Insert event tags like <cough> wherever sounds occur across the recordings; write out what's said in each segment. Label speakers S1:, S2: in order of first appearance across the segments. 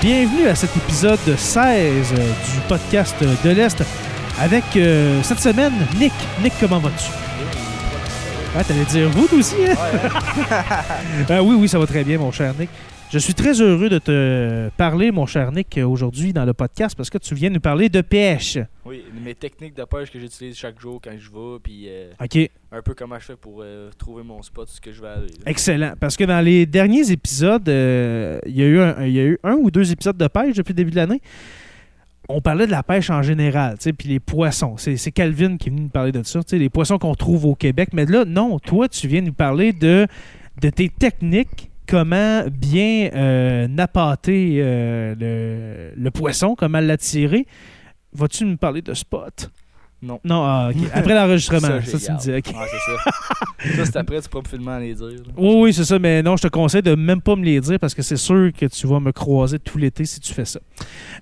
S1: bienvenue à cet épisode 16 du podcast de l'Est avec euh, cette semaine Nick. Nick, comment vas-tu? Ah, t'allais dire vous aussi, hein? <laughs> Ah oui, oui, ça va très bien, mon cher Nick. Je suis très heureux de te parler, mon cher Nick, aujourd'hui dans le podcast parce que tu viens nous parler de pêche.
S2: Oui, mes techniques de pêche que j'utilise chaque jour quand je vais, puis euh,
S1: OK.
S2: un peu comment je fais pour euh, trouver mon spot, ce que je vais aller. là.
S1: Excellent. Parce que dans les derniers épisodes, euh, il y, a eu un- il y a eu un ou deux épisodes de pêche depuis le début de l'année. On parlait de la pêche en général, tu sais, puis les poissons. C'est c'est Calvin qui est venu nous parler de ça, tu sais, les poissons qu'on trouve au Québec. Mais là, non, toi, tu viens nous parler de, de tes techniques, comment bien euh, appâter euh, le, le poisson, comment l'attirer. Vas-tu nous parler de spot?
S2: Non.
S1: Non, ah, ok. après l'enregistrement, ça,
S2: Ça, j'ai
S1: tu me dis, ok.
S2: Ah,
S1: <laughs>
S2: c'est ça. ça, c'est après, tu peux pas filement les dire. là.
S1: Oui, oui, c'est ça, mais non, je te conseille de même pas me les dire parce que c'est sûr que tu vas me croiser tout l'été si tu fais ça.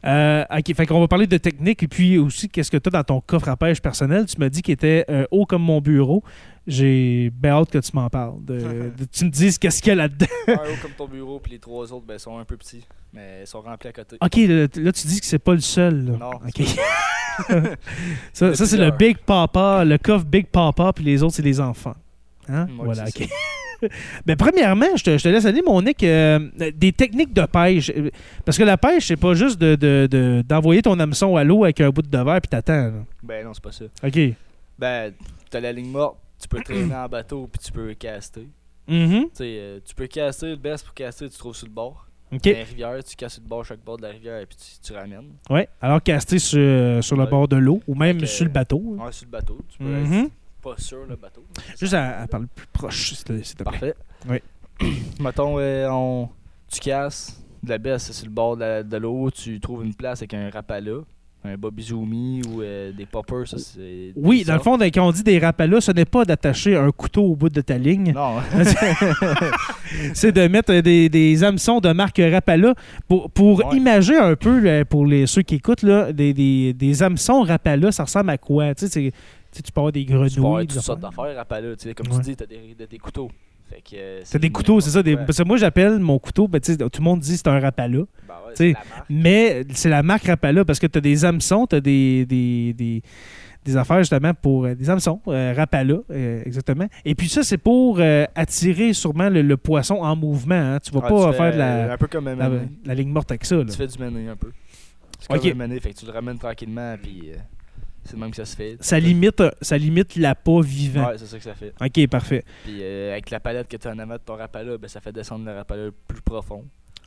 S1: Euh, OK, fait qu'on va parler de technique et puis aussi qu'est-ce que tu as dans ton coffre à pêche personnel. Tu m'as dit qu'il était euh, haut comme mon bureau. J'ai bien hâte que tu m'en parles. de- de- tu me dises qu'est-ce qu'il y a là-dedans.
S2: Un haut comme ton bureau, puis les trois autres, ben, sont un peu petits, mais ils sont remplis à côté.
S1: OK, là, t- là, tu dis que c'est pas le seul. là.
S2: Non,
S1: OK. ça, <laughs>
S2: Le
S1: ça, c'est le
S2: plusieurs.
S1: Big Papa, le coffre Big Papa, puis les autres, c'est les enfants. Hein?
S2: Ouais,
S1: voilà,
S2: c'est
S1: OK. <laughs> Ben, premièrement, je te, je te laisse aller, mon Nick, euh, des techniques de pêche. Euh, Parce que la pêche, c'est pas juste de, de- de- d'envoyer ton hameçon à l'eau avec un bout de verre puis t'attends. là.
S2: Ben non, c'est pas ça.
S1: OK.
S2: Ben, t'as la ligne morte, tu peux traîner en bateau, puis tu peux caster.
S1: Mhm.
S2: Tu sais, euh, tu peux caster, le best pour caster, tu trouves sur le bord.
S1: OK.
S2: Dans la rivière, tu casses sur le bord, chaque bord de la rivière, et puis tu, tu ramènes.
S1: Ouais. Alors, caster sur, sur le
S2: Ouais.
S1: bord de l'eau ou même
S2: Fait que-
S1: sur le bateau. là.
S2: Ouais, sur le bateau, tu peux
S1: Mhm.
S2: être pas sur le bateau.
S1: Juste à, à parler plus proche, s'il te s'il te plaît.
S2: Parfait.
S1: Oui.
S2: <clears throat> Mettons, euh, on, tu casses de la baisse, c'est sur le bord de, la- de l'eau, tu trouves une place avec un rapala, un Bobby Zoomy ou euh, des poppers, ça c'est.
S1: Oui,
S2: des
S1: dans le
S2: sortes.
S1: fond, dès qu'on dit des rappels ce n'est pas d'attacher un couteau au bout de ta ligne.
S2: Non, hein.
S1: <laughs> c'est de mettre euh, des, des hameçons de marque Rapala pour, pour
S2: Ouais.
S1: imager un peu euh, pour les, ceux qui écoutent là, des, des, des hameçons Rapala, ça ressemble à quoi Tu sais, c'est- tu sais, tu peux avoir des grenouilles.
S2: tu vas avoir
S1: des
S2: toutes sortes
S1: affaires.
S2: d'affaires rapala, tu sais, comme
S1: Ouais.
S2: tu dis, t'as des, t'as des couteaux. Fait que, euh,
S1: c'est des couteaux, c'est ça. Des,
S2: Ouais.
S1: parce que moi, j'appelle mon couteau, ben, tu sais, tout le monde dit que c'est un Rapala.
S2: Ben ouais,
S1: tu sais,
S2: c'est la marque.
S1: Mais c'est la marque Rapala parce que tu as des hameçons, tu as des, des, des, des affaires justement pour euh, des hameçons, euh, Rapala, euh, exactement. Et puis ça, c'est pour euh, attirer sûrement le, le poisson en mouvement. hein. Tu vas
S2: Ah,
S1: pas
S2: tu fais,
S1: faire de
S2: euh,
S1: la,
S2: Un peu comme un
S1: la,
S2: mané.
S1: la ligne morte avec ça. là.
S2: Tu fais du mané un peu. C'est
S1: Ok.
S2: comme un mané, fait que tu le ramènes tranquillement, puis euh, c'est le même que ça se fait.
S1: Ça limite, ça limite l'appât vivant.
S2: Ouais, c'est ça que ça fait.
S1: Ok, parfait.
S2: Puis euh, avec la palette que tu as en avant de ton rapala, ben, ça fait descendre le rapala plus profond.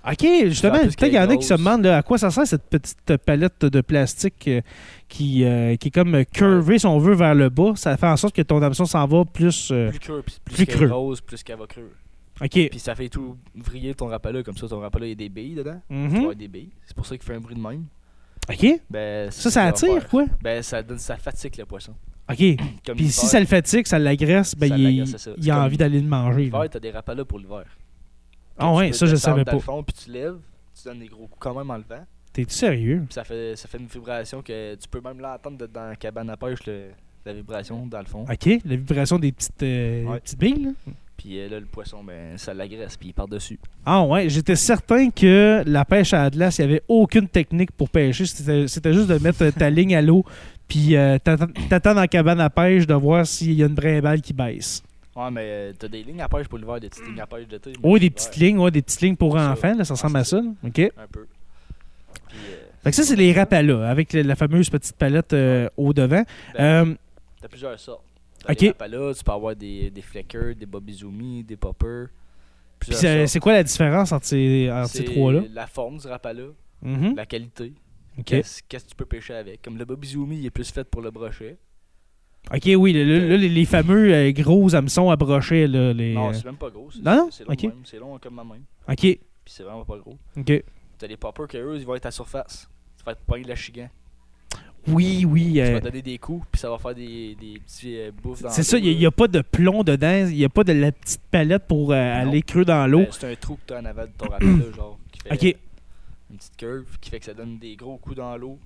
S1: Ok, justement,
S2: Dans tout ce
S1: peut-être qu'il y en a qui se
S2: qui est
S1: demandent là, à quoi ça sert cette petite palette de plastique euh, qui, euh, qui est comme curvée, si on veut, vers le bas. Ça fait en sorte que ton hameçon s'en va plus. euh,
S2: Plus creux, puis plus,
S1: Plus
S2: qu'elle
S1: creux.
S2: est rose, plus qu'elle va creux.
S1: Ok.
S2: Puis ça fait tout vriller ton rapala, comme ça ton rapala, il y a des billes dedans.
S1: Mhm.
S2: Tu vas avoir des billes. C'est pour ça qu'il fait un bruit de même.
S1: Ok.
S2: Ben, c'est
S1: Ça, ça
S2: qu'on va
S1: attire,
S2: faire.
S1: quoi.
S2: Ben, ça, donne, ça fatigue le poisson.
S1: Ok.
S2: Comme
S1: Puis si
S2: l'hiver,
S1: ça le fatigue, ça l'agresse, ben
S2: Ça
S1: il,
S2: l'agresse, c'est ça.
S1: il
S2: C'est
S1: a
S2: comme-
S1: envie d'aller le manger. là.
S2: L'hiver, t'as des rapalas pour l'hiver.
S1: Ah
S2: Tu
S1: ouais,
S2: peux
S1: ça je
S2: descendre
S1: savais
S2: dans
S1: pas.
S2: le fond, puis tu lèves, tu donnes des gros coups quand même en levant.
S1: T'es-tu sérieux?
S2: Puis ça fait, ça fait une vibration que tu peux même l'entendre de- dans la cabane à pêche, le- la vibration dans le fond.
S1: Ok, la vibration des petites, euh,
S2: Ouais.
S1: petites billes, là.
S2: Puis euh, là, le poisson, ben, ça l'agresse, puis il part dessus.
S1: Ah ouais, j'étais certain que la pêche à Atlas, il n'y avait aucune technique pour pêcher. C'était c'était juste de mettre euh, ta ligne à l'eau, puis euh, t'attends t'attends dans la cabane à pêche de voir s'il y a une brimbale qui baisse.
S2: Ouais, mais euh, t'as des lignes à pêche pour l'hiver, des petites lignes à pêche d'été. mais
S1: Oh, des
S2: l'hiver,
S1: petites lignes, ouais, des petites lignes pour
S2: Ça.
S1: enfants, là, ça ressemble à ça. là. OK.
S2: Un peu. Puis, euh,
S1: Fait que ça, c'est les rapalas, avec la, la fameuse petite palette euh, au devant.
S2: ben,
S1: Euh,
S2: t'as plusieurs sortes. T'as
S1: ok.
S2: des rapalas, tu peux avoir des, des fleckers, des Bobby Zoomies, des poppers.
S1: puis
S2: plusieurs
S1: c'est
S2: sortes.
S1: c'est quoi la différence entre ces, entre ces
S2: C'est
S1: trois-là?
S2: La forme du rapala,
S1: Mhm.
S2: la qualité,
S1: OK.
S2: qu'est-ce qu'est-ce que tu peux pêcher avec. Comme le Bobby Zoomie, il est plus fait pour le brochet.
S1: OK, oui, le- le- le- les, les fameux euh, gros hameçons à brochet, là. Les,
S2: Non,
S1: euh,
S2: c'est même pas gros. c'est-
S1: non, non,
S2: C'est long,
S1: ok.
S2: de même, c'est long comme ma main.
S1: OK,
S2: Puis c'est vraiment pas gros.
S1: OK.
S2: T'as les poppers que eux, ils vont être à surface. Tu vas te pogner de la chigan.
S1: Oui, oui.
S2: Tu
S1: euh,
S2: vas donner des coups, puis ça va faire des, des petits euh, bouffes dans
S1: C'est ça,
S2: l'eau,
S1: il n'y
S2: là.
S1: a, pas de plomb dedans, il n'y a pas de la petite palette pour euh, aller creux dans l'eau.
S2: Ben, c'est un trou que t'as en avant de ton rappel, là, genre, qui fait
S1: Ok.
S2: une petite curve, qui fait que ça donne des gros coups dans l'eau.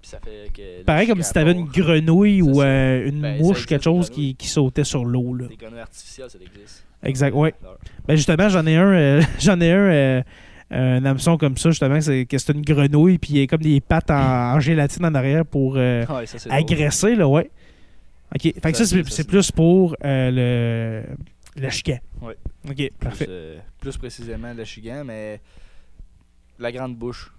S2: Puis ça fait que. le
S1: Pareil comme
S2: chican
S1: si tu avais une
S2: part.
S1: grenouille
S2: C'est
S1: ou
S2: ça.
S1: euh, une
S2: Ben, ça
S1: mouche,
S2: existe,
S1: quelque chose
S2: des
S1: qui, qui sautait sur l'eau. là.
S2: Des grenouilles artificielles, ça existe. Ah,
S1: Exact, ouais.
S2: Alors,
S1: <laughs> Ben justement, j'en ai un, euh, j'en ai un euh, un hameçon comme ça, justement, c'est que c'est une grenouille, puis il y a comme des pattes en, en gélatine en arrière pour euh,
S2: Ouais, ça, c'est drôle.
S1: agresser, là, ouais. OK. Fait que ça,
S2: Ça,
S1: c'est
S2: ça,
S1: c'est
S2: c'est-
S1: plus pour euh, le, le chican.
S2: Ouais.
S1: OK,
S2: Plus,
S1: parfait.
S2: euh, plus précisément le chigan, mais la grande bouche.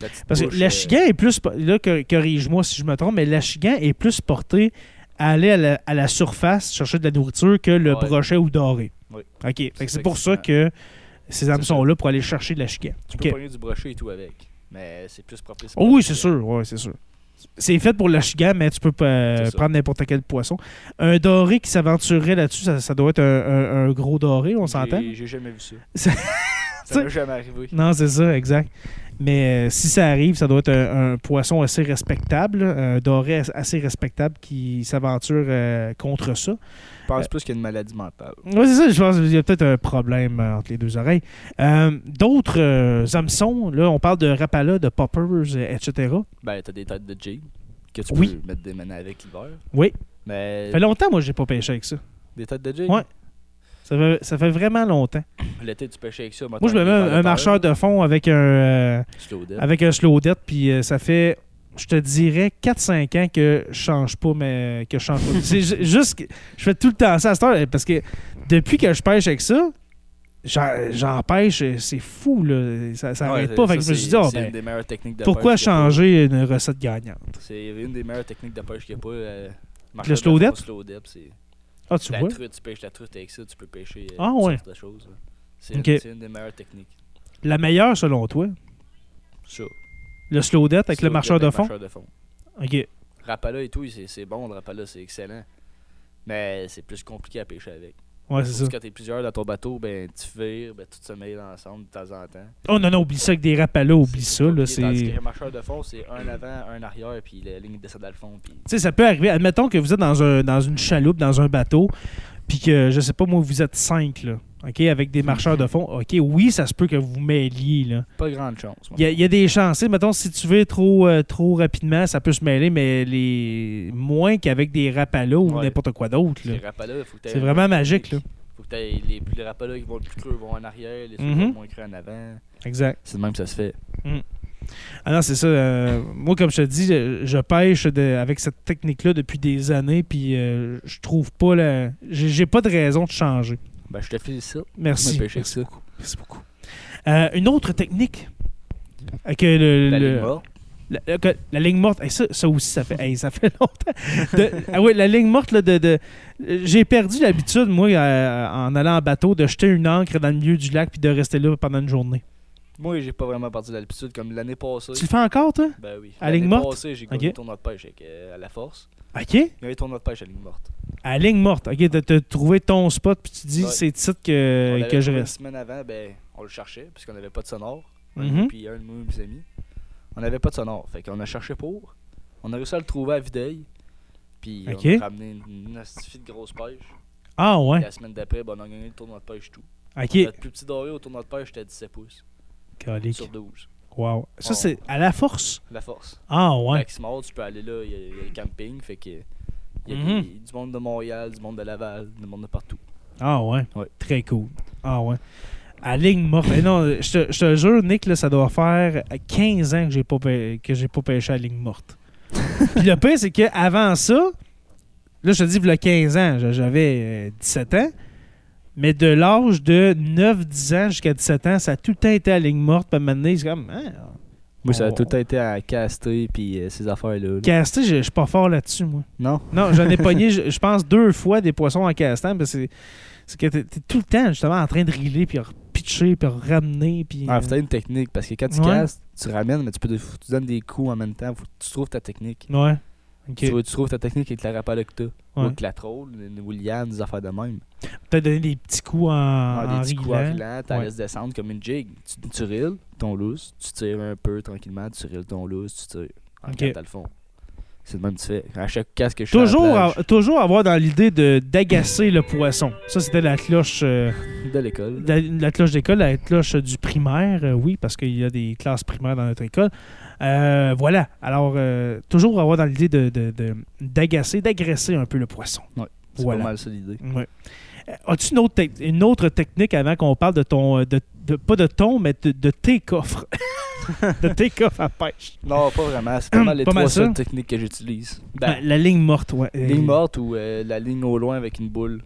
S2: La petite
S1: Parce que
S2: bouche, euh,
S1: l'achigan est plus. po- Là, cor- corrige-moi si je me trompe, mais l'achigan est plus porté à aller à la, à la surface chercher de la nourriture que le
S2: Ouais.
S1: brochet ou doré.
S2: Oui.
S1: OK. Fait que
S2: C'est
S1: c'est pour ça que ces hameçons-là pour aller chercher de l'achigan.
S2: Tu peux
S1: Ok.
S2: pogner du brochet et tout avec. Mais c'est plus propice.
S1: Oh oui, c'est sûr. Ouais, c'est sûr. C'est fait pour l'achigan, mais tu peux pas euh,
S2: C'est ça.
S1: prendre n'importe quel poisson. Un doré qui s'aventurerait là-dessus, ça, ça doit être un, un- un gros doré, on s'entend?
S2: J'ai- J'ai jamais
S1: <laughs>
S2: vu ça.
S1: Ça-
S2: ça m'est jamais arrivé.
S1: Non, c'est ça, exact. Mais euh, si ça arrive, ça doit être un, un poisson assez respectable, là, un doré as- assez respectable qui s'aventure euh, contre ça.
S2: Je
S1: Euh,
S2: pense plus qu'il y a une maladie mentale.
S1: Oui, c'est ça, je pense qu'il y a peut-être un problème euh, entre les deux oreilles. Euh, D'autres euh, hameçons, là, on parle de Rapala, de Poppers, euh, etc.
S2: Ben, t'as des têtes de jig que tu
S1: Oui.
S2: peux mettre des manets avec l'hiver.
S1: Oui.
S2: Mais
S1: Ça fait longtemps, moi, j'ai pas pêché avec ça.
S2: des têtes de jig.
S1: Ouais. Ça fait, ça fait vraiment longtemps.
S2: L'été, tu pêches avec ça.
S1: Moi, je me mets un, un marcheur de fond avec un, euh, avec un slow death, puis euh, ça fait, je te dirais, 4-5 ans que je change pas, mais que je change
S2: <laughs>
S1: pas. C'est ju- juste que je fais tout le temps ça à cette heure, parce que depuis que je pêche avec ça, j'en- j'en pêche, euh, c'est fou, là. Ça, ça arrête pas. Fait que je me suis dit, Ah,
S2: c'est
S1: ben,
S2: une des meilleures techniques de
S1: pourquoi
S2: pêche qu'il y a pas.
S1: changer une recette gagnante?
S2: C'est une des meilleures techniques de pêche qu'il n'y a pas. euh, marcheur
S1: Le
S2: de
S1: slow
S2: fond,
S1: dip?
S2: slow dip, c'est
S1: Ah, tu
S2: la
S1: vois?
S2: truite. Tu pêches la truite avec ça, tu peux pêcher euh,
S1: Ah,
S2: toutes
S1: ouais.
S2: sortes de choses. là. C'est
S1: Ok.
S2: c'est une des meilleures techniques.
S1: La meilleure, selon toi,
S2: Ça.
S1: le slow death avec
S2: Slow
S1: le
S2: dip
S1: marcheur de
S2: avec
S1: fond?
S2: marcheur de fond.
S1: OK.
S2: Rapala et tout, c'est c'est bon, le Rapala, c'est excellent. Mais c'est plus compliqué à pêcher avec.
S1: Ouais, c'est ça.
S2: Parce que quand t'es plusieurs dans ton bateau, ben tu vires, ben tout se mêle ensemble de temps en temps.
S1: Oh non, non, oublie ça avec des rapalas, oublie ça, là,
S2: compliqué, Tandis
S1: c'est...
S2: qu'un marcheur de fond, c'est un avant, un arrière, puis la ligne descend dans le fond. Puis...
S1: Tu sais, ça peut arriver. Admettons que vous êtes dans, un, dans une chaloupe, dans un bateau, puis que, je sais pas, moi, vous êtes cinq, là. OK, avec des marcheurs de fond. OK, oui, ça se peut que vous mêliez, là.
S2: Pas grande chance. moi.
S1: Il y, a- il y a des chances. Tu sais, Mettons, si tu veux trop, euh, trop rapidement, ça peut se mêler, mais les moins qu'avec des rapalas ou
S2: Ouais.
S1: n'importe quoi d'autre, là.
S2: Les rapalas, faut que t'aies
S1: C'est
S2: un
S1: vraiment
S2: bon
S1: magique, là.
S2: technique. Faut que t'aies les, les rapalas qui vont le plus creux vont en arrière, les ceux
S1: Mhm.
S2: qui vont le moins creux en avant.
S1: Exact.
S2: C'est de même que ça se fait.
S1: Ah non, c'est ça. euh, moi, comme je te dis, je, je pêche de- avec cette technique-là depuis des années, puis euh, je trouve pas la... J'ai j'ai pas de raison de changer.
S2: Ben je te félicite.
S1: Merci.
S2: de pêcher avec
S1: Merci
S2: ça.
S1: Merci beaucoup. Euh, une autre technique euh, que le,
S2: La
S1: le-
S2: ligne morte.
S1: la- la- que- la ligne morte, hey, ça, ça aussi, ça fait, hey, ça fait <laughs> longtemps. De- ah oui, la ligne morte, là, de, de- euh, j'ai perdu l'habitude, moi, euh, en allant en bateau, de jeter une ancre dans le milieu du lac puis de rester là pendant une journée.
S2: Moi, j'ai pas vraiment parti de l'altitude comme l'année passée.
S1: Tu le fais encore, toi?
S2: Ben oui.
S1: À ligne
S2: L'année
S1: morte?
S2: passée, j'ai
S1: Ok.
S2: gagné un tournoi de pêche avec, euh, à la force.
S1: OK.
S2: Il y avait un tournoi de pêche à ligne morte.
S1: À la ligne morte. OK, t'as t'as trouvé ton spot puis tu dis,
S2: Ouais.
S1: c'est titre
S2: On
S1: que,
S2: l'avait
S1: Euh, que je
S2: trouvé
S1: reste.
S2: Une semaine avant, ben, on le cherchait, puisqu'on n'avait pas de sonore.
S1: Mhm.
S2: Puis un de mes amis. On n'avait pas de sonore. Fait qu'on a cherché pour. On a réussi à le trouver à Videuil. Puis
S1: Ok.
S2: on a ramené une, une astuce de grosse pêche.
S1: Ah
S2: Puis
S1: ouais.
S2: la semaine d'après, ben, on a gagné le tournoi de pêche tout.
S1: OK.
S2: Notre plus petit doré au tournoi de pêche, c'était à 17 pouces.
S1: Calique.
S2: Sur 12.
S1: Wow. Ça,
S2: On-
S1: c'est à la force.
S2: La force.
S1: Ah ouais.
S2: Maximum, tu peux aller là, il y, a- il y a le camping. Fait que. Il y a
S1: Mhm.
S2: des- du monde de Montréal, du monde de Laval, du monde de partout.
S1: Ah ouais.
S2: Ouais.
S1: Très cool. Ah ouais. À ligne morte. Mais non, je te, je te jure, Nick, là, ça doit faire 15 ans que j'ai pas pê- que j'ai pas pêché à ligne morte. Puis le pire, c'est qu'avant ça, là, je te dis, il y a 15 ans, je- j'avais euh, 17 ans. Mais de l'âge de 9-10 ans jusqu'à 17 ans, ça a tout le temps été à ligne morte. Puis à un moment donné, c'est comme, ah,
S2: Moi, ça a
S1: on-
S2: tout le temps été à caster, puis euh, ces affaires-là. là.
S1: Casté, je je suis pas fort là-dessus, moi.
S2: Non?
S1: Non, j'en ai pogné, je, je pense, deux fois des poissons en castan. Parce que c'est- c'est que t'es t'es tout le temps, justement, en train de riler, puis repitcher, puis ramener. Puis,
S2: Ah, faut t'as une technique parce que quand tu
S1: euh, Ouais.
S2: casses, tu ramènes, mais tu peux faut que tu donnes des coups en même temps. Faut que tu trouves ta technique.
S1: euh, Ouais. Ok.
S2: Tu, vois- tu trouves ta technique avec la rapale que t'as. Ou
S1: Ouais.
S2: avec la troll, une William, des affaires de même.
S1: T'as donné des petits coups en,
S2: Ah,
S1: en
S2: des petits
S1: rilant.
S2: coups en rilant, t'as
S1: Ouais.
S2: laisses descendre comme une jig. Tu, tu rilles ton loose, tu tires un peu tranquillement, tu rilles ton loose, tu tires. En
S1: Ok.
S2: regardant le fond. C'est le même que tu fais. À chaque casque que je fais à la
S1: Toujours,
S2: plage,
S1: à- toujours avoir dans l'idée de d'agacer le poisson. Ça, c'était la cloche euh,
S2: de l'école.
S1: la, la cloche d'école, la cloche du primaire, euh, oui, parce qu'il y a des classes primaires dans notre école. Euh, voilà. Alors, euh, toujours avoir dans l'idée de- de- de- d'agacer, d'agresser un peu le poisson.
S2: C'est
S1: Voilà.
S2: pas mal ça l'idée.
S1: Ouais. Euh, As-tu une autre, tec- une autre technique avant qu'on parle de ton. euh, De, de- pas de ton, mais de, de tes coffres. <laughs> de tes coffres à pêche.
S2: Non, pas vraiment.
S1: <clears throat>
S2: C'est pas mal les
S1: Pas mal
S2: trois
S1: ça.
S2: seules techniques que j'utilise.
S1: Ah,
S2: Ben,
S1: la ligne morte, ouais. Euh,
S2: ligne morte ou euh, la ligne au loin avec une boule.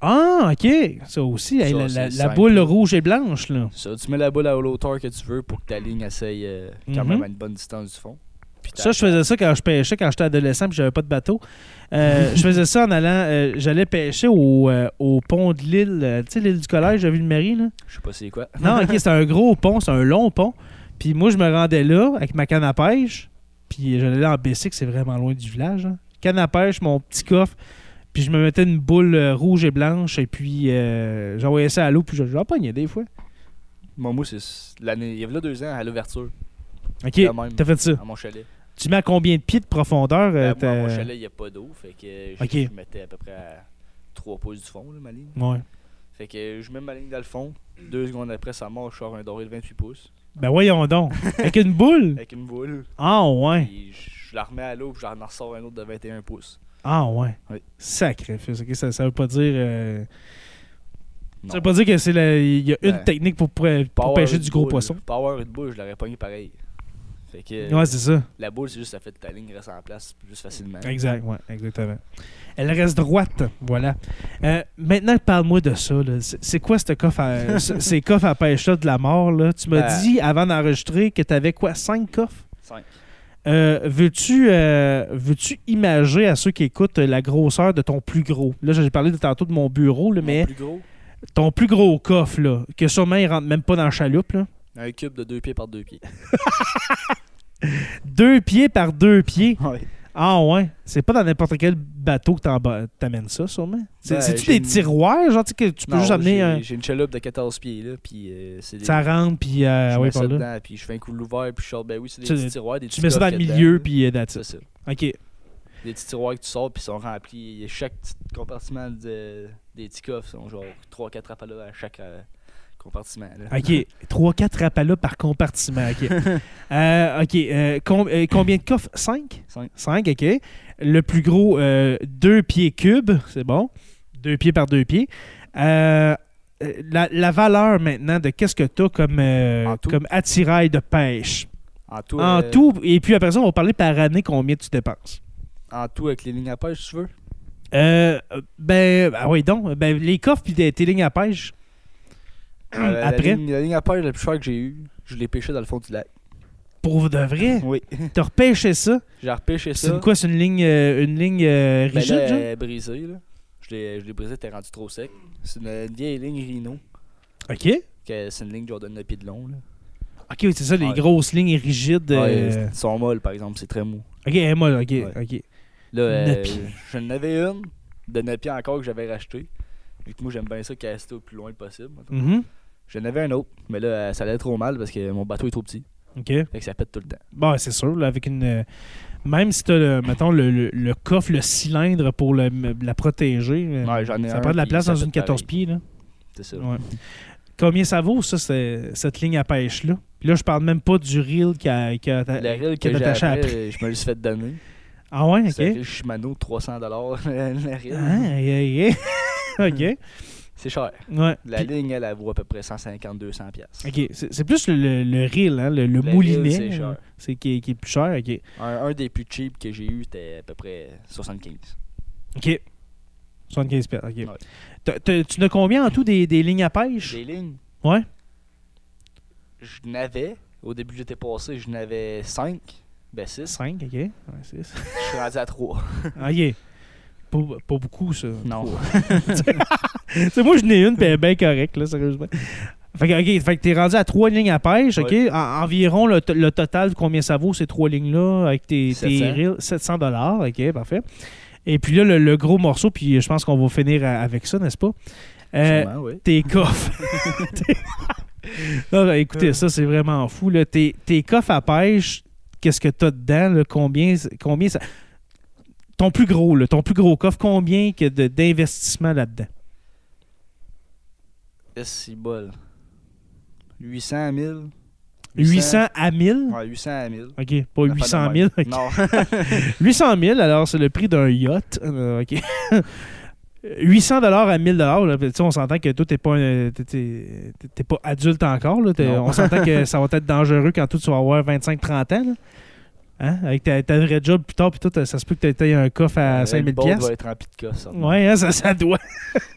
S1: Ah, OK. Ça aussi, hey,
S2: Ça,
S1: la,
S2: c'est
S1: la- la
S2: simple.
S1: boule rouge et blanche, là.
S2: Ça, tu mets la boule à la hauteur que tu veux pour que ta ligne essaye euh, quand
S1: Mhm.
S2: même à une bonne distance du fond. Puis t'as-
S1: Ça, je faisais ça quand je pêchais, quand j'étais adolescent puis j'avais pas de bateau.
S2: <laughs>
S1: Euh, je faisais ça en allant. euh, J'allais pêcher au, euh, au pont de l'île. euh, tu sais, l'île du collège, j'avais une mairie, là.
S2: Je sais pas c'est quoi.
S1: Non, ok, c'est un gros pont, c'est un long pont. Puis moi, je me rendais là avec ma canne à pêche. Puis j'allais là en bicycle, c'est vraiment loin du village. hein. Canne à pêche, mon petit coffre. Puis je me mettais une boule euh, rouge et blanche. Et puis euh, j'envoyais ça à l'eau. Puis je j'en pognais des fois.
S2: Moi, moi c'est c'est l'année. Il y avait là deux ans à l'ouverture,
S1: Ok,
S2: De même.
S1: t'as fait ça.
S2: à mon chalet.
S1: Tu mets à combien de pieds de profondeur euh,
S2: Ben, moi, à mon
S1: ta-
S2: chalet, il n'y a pas d'eau. Fait que je,
S1: Ok.
S2: je mettais à peu près à 3 pouces du fond, là, ma ligne.
S1: Ouais.
S2: Fait que je mets ma ligne dans le fond. Deux secondes après, ça mort, je sors un doré de 28 pouces.
S1: Ben voyons
S2: <laughs>
S1: donc. Avec une boule?
S2: Avec une boule.
S1: Ah ouais.
S2: Puis je je la remets à l'eau, puis j'en ressors un autre de 21 pouces.
S1: Ah ouais.
S2: Oui.
S1: Sacrifice. ok, ça, ça veut pas dire. euh,
S2: Non.
S1: Ça veut pas dire que c'est la- Il y a une
S2: Ben,
S1: technique pour, pour- pour
S2: Pas avoir
S1: pêcher
S2: une
S1: du gros
S2: boule,
S1: poisson.
S2: Pas avoir une boule, je l'aurais pogné pareil. Fait que
S1: Ouais, c'est ça.
S2: la boule, c'est juste ça fait que ta ligne reste en place plus facilement.
S1: Exact, ouais, exactement. Elle reste droite, voilà. Euh, maintenant, parle-moi de ça. là. C'est c'est quoi ce coffre
S2: <laughs>
S1: à, ce- ces coffres à pêche-là de la mort? Là? Tu m'as
S2: Ben-
S1: dit avant d'enregistrer que tu avais quoi? Cinq coffres?
S2: Cinq.
S1: Euh, veux-tu euh, veux-tu imager à ceux qui écoutent euh, la grosseur de ton plus gros? Là, j'ai parlé de tantôt de mon bureau, là,
S2: Mon
S1: mais
S2: plus gros,
S1: ton plus gros coffre, là, que sûrement il rentre même pas dans la chaloupe. Là.
S2: un cube de deux pieds par deux pieds.
S1: Deux pieds par deux pieds.
S2: <laughs> Ouais.
S1: Ah ouais, c'est pas dans n'importe quel bateau que t'en ba- t'amènes ça, sûrement. C'est-
S2: Ben,
S1: C'est-tu
S2: j'ai
S1: des
S2: une-
S1: tiroirs, genre, tu sais, que tu peux
S2: Non,
S1: juste amener
S2: j'ai-
S1: un...
S2: J'ai une chaloupe de 14 pieds, là, puis euh, c'est des...
S1: Ça rentre, puis euh,
S2: je
S1: ouais,
S2: mets
S1: par
S2: ça
S1: là.
S2: dedans, puis je fais un coup de l'ouvert, puis je sors, ben oui, c'est des
S1: Tu-
S2: petits tiroirs, des
S1: Tu
S2: petits
S1: mets ça dans
S2: coffres
S1: le
S2: qu'il y a
S1: milieu,
S2: dedans,
S1: puis euh, that's
S2: C'est
S1: it.
S2: ça.
S1: OK.
S2: Des petits tiroirs que tu sors, puis ils sont remplis. Et Chaque petit compartiment de- des petits coffres sont genre 3-4 appalas à chaque euh, compartiment. là. <laughs>
S1: OK. 3-4 rapalas par compartiment. OK. Euh, OK. euh, com- euh, combien de coffres? 5?
S2: Cinq.
S1: 5, OK. Le plus gros, 2 pieds cubes, c'est bon. 2 pieds par 2 pieds. Euh, euh, la, la valeur maintenant de qu'est-ce que tu as comme, euh,
S2: En tout?
S1: comme attirail de pêche.
S2: En tout,
S1: en
S2: euh,
S1: tout, et puis après ça, on va parler par année combien tu dépenses.
S2: En tout, avec les lignes à pêche, tu veux?
S1: Euh, ben, ah oui, donc, ben, les coffres puis des- tes lignes à pêche.
S2: Euh, la
S1: Après?
S2: ligne- La ligne à pêche la plus chère que j'ai eue, je l'ai pêchée dans le fond du lac.
S1: Pour de
S2: <laughs>
S1: vrai,
S2: Oui.
S1: t'as repêché ça.
S2: J'ai repêché
S1: C'est
S2: ça.
S1: une quoi, c'est une ligne, euh, une ligne euh,
S2: Ben
S1: rigide,
S2: là,
S1: genre?
S2: elle est brisée, là. Je l'ai, je l'ai brisée, elle était rendue trop sec. C'est une, une vieille ligne Rhino. euh,
S1: Ok.
S2: que c'est une ligne genre de 9 pieds de long, là.
S1: Ok, oui, c'est ça, les
S2: Ouais.
S1: grosses lignes rigides.
S2: Ouais,
S1: euh,
S2: ils sont molles, par exemple, c'est très mou.
S1: Ok, elle est molle, ok,
S2: Ouais.
S1: ok.
S2: Là,
S1: Neuf
S2: euh,
S1: pieds.
S2: j'en avais une de 9 pieds encore que j'avais rachetée. Vu que moi, j'aime bien ça qu'elle reste au plus loin possible. mettons.
S1: Mhm,
S2: J'en avais un autre, mais là, ça allait trop mal parce que mon bateau est trop petit.
S1: Ok.
S2: Fait que ça pète tout le temps.
S1: Bon, c'est sûr, là, avec une. euh, Même si t'as, le, mettons, le, le- le coffre, le cylindre pour le- m- la protéger, euh,
S2: Ouais, j'en ai
S1: ça
S2: un,
S1: prend de la
S2: puis
S1: place
S2: ça
S1: dans
S2: fait
S1: une 14
S2: pareil.
S1: pieds, là.
S2: C'est ça.
S1: Ouais. Combien ça vaut, ça, c'est- cette ligne à pêche-là? Puis là, je parle même pas du reel qui a, qui a-
S2: La reel
S1: qui a
S2: que j'ai
S1: attaché
S2: après,
S1: après.
S2: euh, je me l'ai fait donner.
S1: Ah ouais, <laughs>
S2: C'est
S1: ok.
S2: le Shimano 300 <laughs> la reel.
S1: Ah, yeah, yeah. <laughs> ok.
S2: C'est cher.
S1: Ouais.
S2: Hmm. La
S1: Puis-
S2: ligne, elle, elle vaut à peu près 150-200$. piastres.
S1: Ok, c'est c'est plus le, le, le reel, hein, le, le
S2: Le
S1: moulinet,
S2: reel, c'est
S1: hein,
S2: cher.
S1: c'est qui, est- qui est plus cher. Ok,
S2: Un, un des plus cheap que j'ai eu, était à peu près 75.
S1: ok, 75 piastres, Ok.
S2: Ouais.
S1: T'as- t'as- tu n'as combien en tout des, des lignes à pêche
S2: Des lignes,
S1: Ouais.
S2: je n'avais, au début de l'été passé, je n'avais 5, ben 6.
S1: 5, ok, ouais, six. <laughs>
S2: Je suis rendu à 3.
S1: Ah, yeah. Pas, pas beaucoup ça.
S2: Non.
S1: <laughs> C'est moi, je n'ai une, puis elle est bien correcte, là, sérieusement. Fait que, ok, fait que t'es rendu à trois lignes à pêche, ok? En- environ le, to- le total, combien ça vaut ces trois lignes-là avec tes, tes
S2: 700.
S1: reels? 700 dollars, ok, parfait. Et puis là, le, le gros morceau, puis je pense qu'on va finir à- avec ça, n'est-ce pas? Euh,
S2: Sûrement, oui.
S1: tes coffres. Tes- <laughs> Non, ben, écoutez, ça, c'est vraiment fou. Là. Tes, tes coffres à pêche, qu'est-ce que t'as dedans? là? Combien, combien ça... Ton plus gros, là, ton plus gros coffre, combien que de- d'investissement là-dedans? euh,
S2: C'est bol. 800 à 1000.
S1: 800 à 1000?
S2: Ouais, 800 à 1000.
S1: OK, pas
S2: Affaire de
S1: 800 000.
S2: même.
S1: ok. <laughs>
S2: Non.
S1: 800 000, alors c'est le prix d'un yacht. Euh, OK. <laughs> 800 dollars à 1000 dollars, on s'entend que toi, t'es pas, un- t'es- t'es- t'es pas adulte encore. là. T'es-
S2: Non.
S1: on s'entend que ça va être dangereux quand toi, tu vas avoir 25-30 ans. là. Hein? Avec ta, ta vraie job plus tard, puis tout, ça se peut que tu aies un coffre à
S2: Euh,
S1: 5000
S2: le board
S1: pièces.
S2: va être rempli de cas, certainement.
S1: Ouais, hein, ça, ça doit.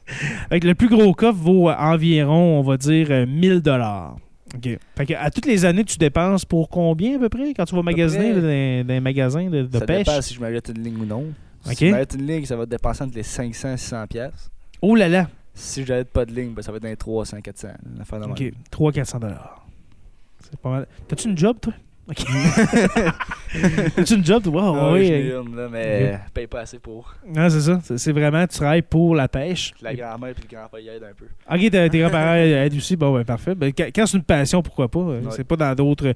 S1: <laughs> Fait que le plus gros coffre vaut euh, environ, on va dire, euh, 1000 dollars. OK. Fait que à toutes les années, tu dépenses pour combien à peu près quand tu vas magasiner là,
S2: près.
S1: dans, dans les magasins de, de
S2: ça
S1: pêche?
S2: dépend si je m'arrête une ligne ou non.
S1: Ok.
S2: Si je m'arrête une ligne, ça va dépenser entre les 500 et 600 pièces.
S1: Oh là là!
S2: Si je n'arrête pas de ligne, ben, ça va être dans les 300, 400. une affaire de même.
S1: OK. 300-400 dollars. C'est pas mal. T'as-tu une job, toi?
S2: <laughs>
S1: OK. T'as-tu une job, toi?
S2: Ah
S1: Wow,
S2: oui,
S1: oui. hein.
S2: j'en ai une, là, mais je paye pas assez pour.
S1: Non, c'est ça. C'est- C'est vraiment, tu travailles pour la pêche.
S2: La grand-mère et le grand-père y aident un peu.
S1: Ok, t'as- tes grands-parents aident aussi, bon, ben parfait. Ben, quand quand c'est une passion, pourquoi pas? euh,
S2: Ouais.
S1: C'est pas dans d'autres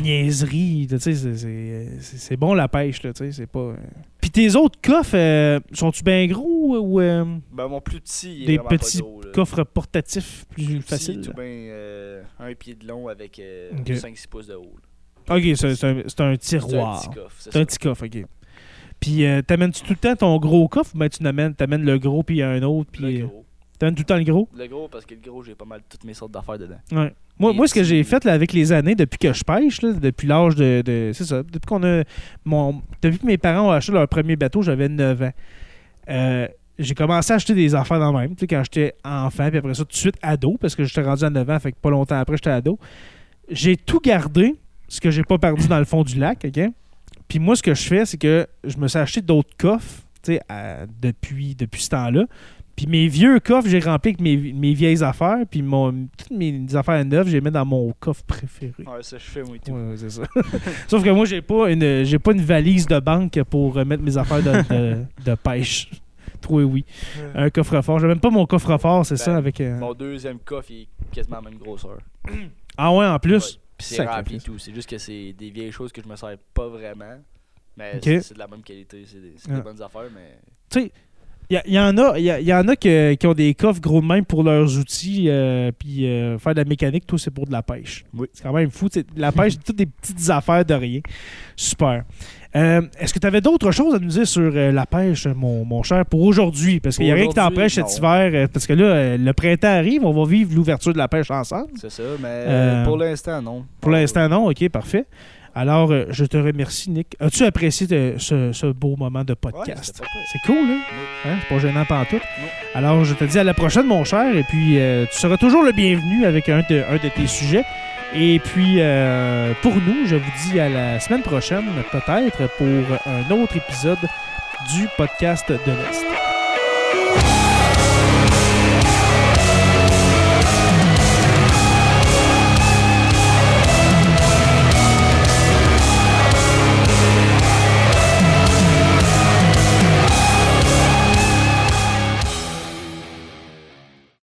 S1: niaiseries. là, tu sais, c'est- c'est- C'est c'est bon la pêche, là, tu sais, c'est pas. euh. Puis tes autres coffres, euh, sont-tu bien gros euh, ou euh,
S2: Ben, mon plus petit, il est
S1: Des
S2: vraiment pas
S1: petits
S2: gros, là.
S1: coffres portatifs plus
S2: Plus petit,
S1: faciles?
S2: tout bien euh, un pied de long avec euh,
S1: Ok.
S2: 5-6 pouces de haut. là.
S1: Ok, c'est c'est un, c'est un
S2: C'est un
S1: tiroir.
S2: petit coffre, c'est
S1: C'est un
S2: ça.
S1: petit coffre, ok. Puis euh, t'amènes-tu tout le temps ton gros coffre ou ben tu n'amènes- t'amènes le gros puis un autre? Puis
S2: Le
S1: euh,
S2: gros.
S1: t'amènes tout le temps le gros?
S2: Le gros, parce que le gros, j'ai pas mal toutes mes sortes d'affaires dedans.
S1: Ouais. Moi,
S2: Et
S1: moi, ce que
S2: tu-
S1: j'ai fait là, avec les années, depuis que je pêche, là, depuis l'âge de. de- c'est ça. Depuis qu'on a. Mon, depuis que mes parents ont acheté leur premier bateau, j'avais 9 ans. Euh, j'ai commencé à acheter des affaires dans le même. Tu sais, quand j'étais enfant, puis après ça, tout de suite ado, parce que j'étais rendu à 9 ans, fait que pas longtemps après, j'étais ado. J'ai tout gardé, ce que j'ai pas perdu dans le fond du lac, OK? Puis moi, ce que je fais, c'est que je me suis acheté d'autres coffres, tu sais, à- depuis, depuis ce temps-là. Puis mes vieux coffres, j'ai rempli avec mes, mes vieilles affaires. Puis mon, toutes mes affaires neuves, j'ai mis dans mon coffre préféré.
S2: Ouais, ça, je fais, moi et tout.
S1: Ouais, ouais, c'est ça. <laughs> Sauf que moi, j'ai pas une j'ai pas une valise de banque pour euh, mettre mes affaires de, de, de pêche. Trouvé oui. Un coffre-fort. J'ai même pas mon coffre-fort, c'est
S2: Ben,
S1: ça, avec. euh,
S2: Mon deuxième coffre, il est quasiment la même grosseur.
S1: Ah ouais, en plus.
S2: Ouais. Puis c'est
S1: Sacré
S2: rempli et
S1: plus.
S2: tout. C'est juste que c'est des vieilles choses que je me sers pas vraiment. Mais
S1: Ok.
S2: c'est- c'est de la même qualité. C'est des, c'est des
S1: Ah.
S2: bonnes affaires, mais.
S1: Il y, en a, y a- y en a que- qui ont des coffres gros de même pour leurs outils, euh, puis euh, faire de la mécanique, tout c'est pour de la pêche.
S2: Oui.
S1: C'est quand même fou. t'sais, La pêche, toutes des petites affaires de rien. Super. Euh, Est-ce que tu avais d'autres choses à nous dire sur euh, la pêche, mon, mon cher, pour aujourd'hui? Parce qu'il n'y a rien qui
S2: Aujourd'hui,
S1: t'empêche cet
S2: non.
S1: hiver, euh, parce que là, euh, le printemps arrive, on va vivre l'ouverture de la pêche ensemble.
S2: C'est ça, mais
S1: Euh,
S2: pour l'instant, non.
S1: Pour l'instant, non. OK, parfait. Alors, euh, je te remercie, Nick. As-tu apprécié euh, ce, ce beau moment de
S2: Ouais,
S1: podcast?
S2: c'était pas pire.
S1: C'est cool, hein? Hein? C'est pas gênant pantoute.
S2: Non.
S1: Alors, je te dis à la prochaine, mon cher, et puis euh, tu seras toujours le bienvenu avec un de, un de tes sujets. Et puis, euh, pour nous, je vous dis à la semaine prochaine, peut-être, pour un autre épisode du podcast de l'Est.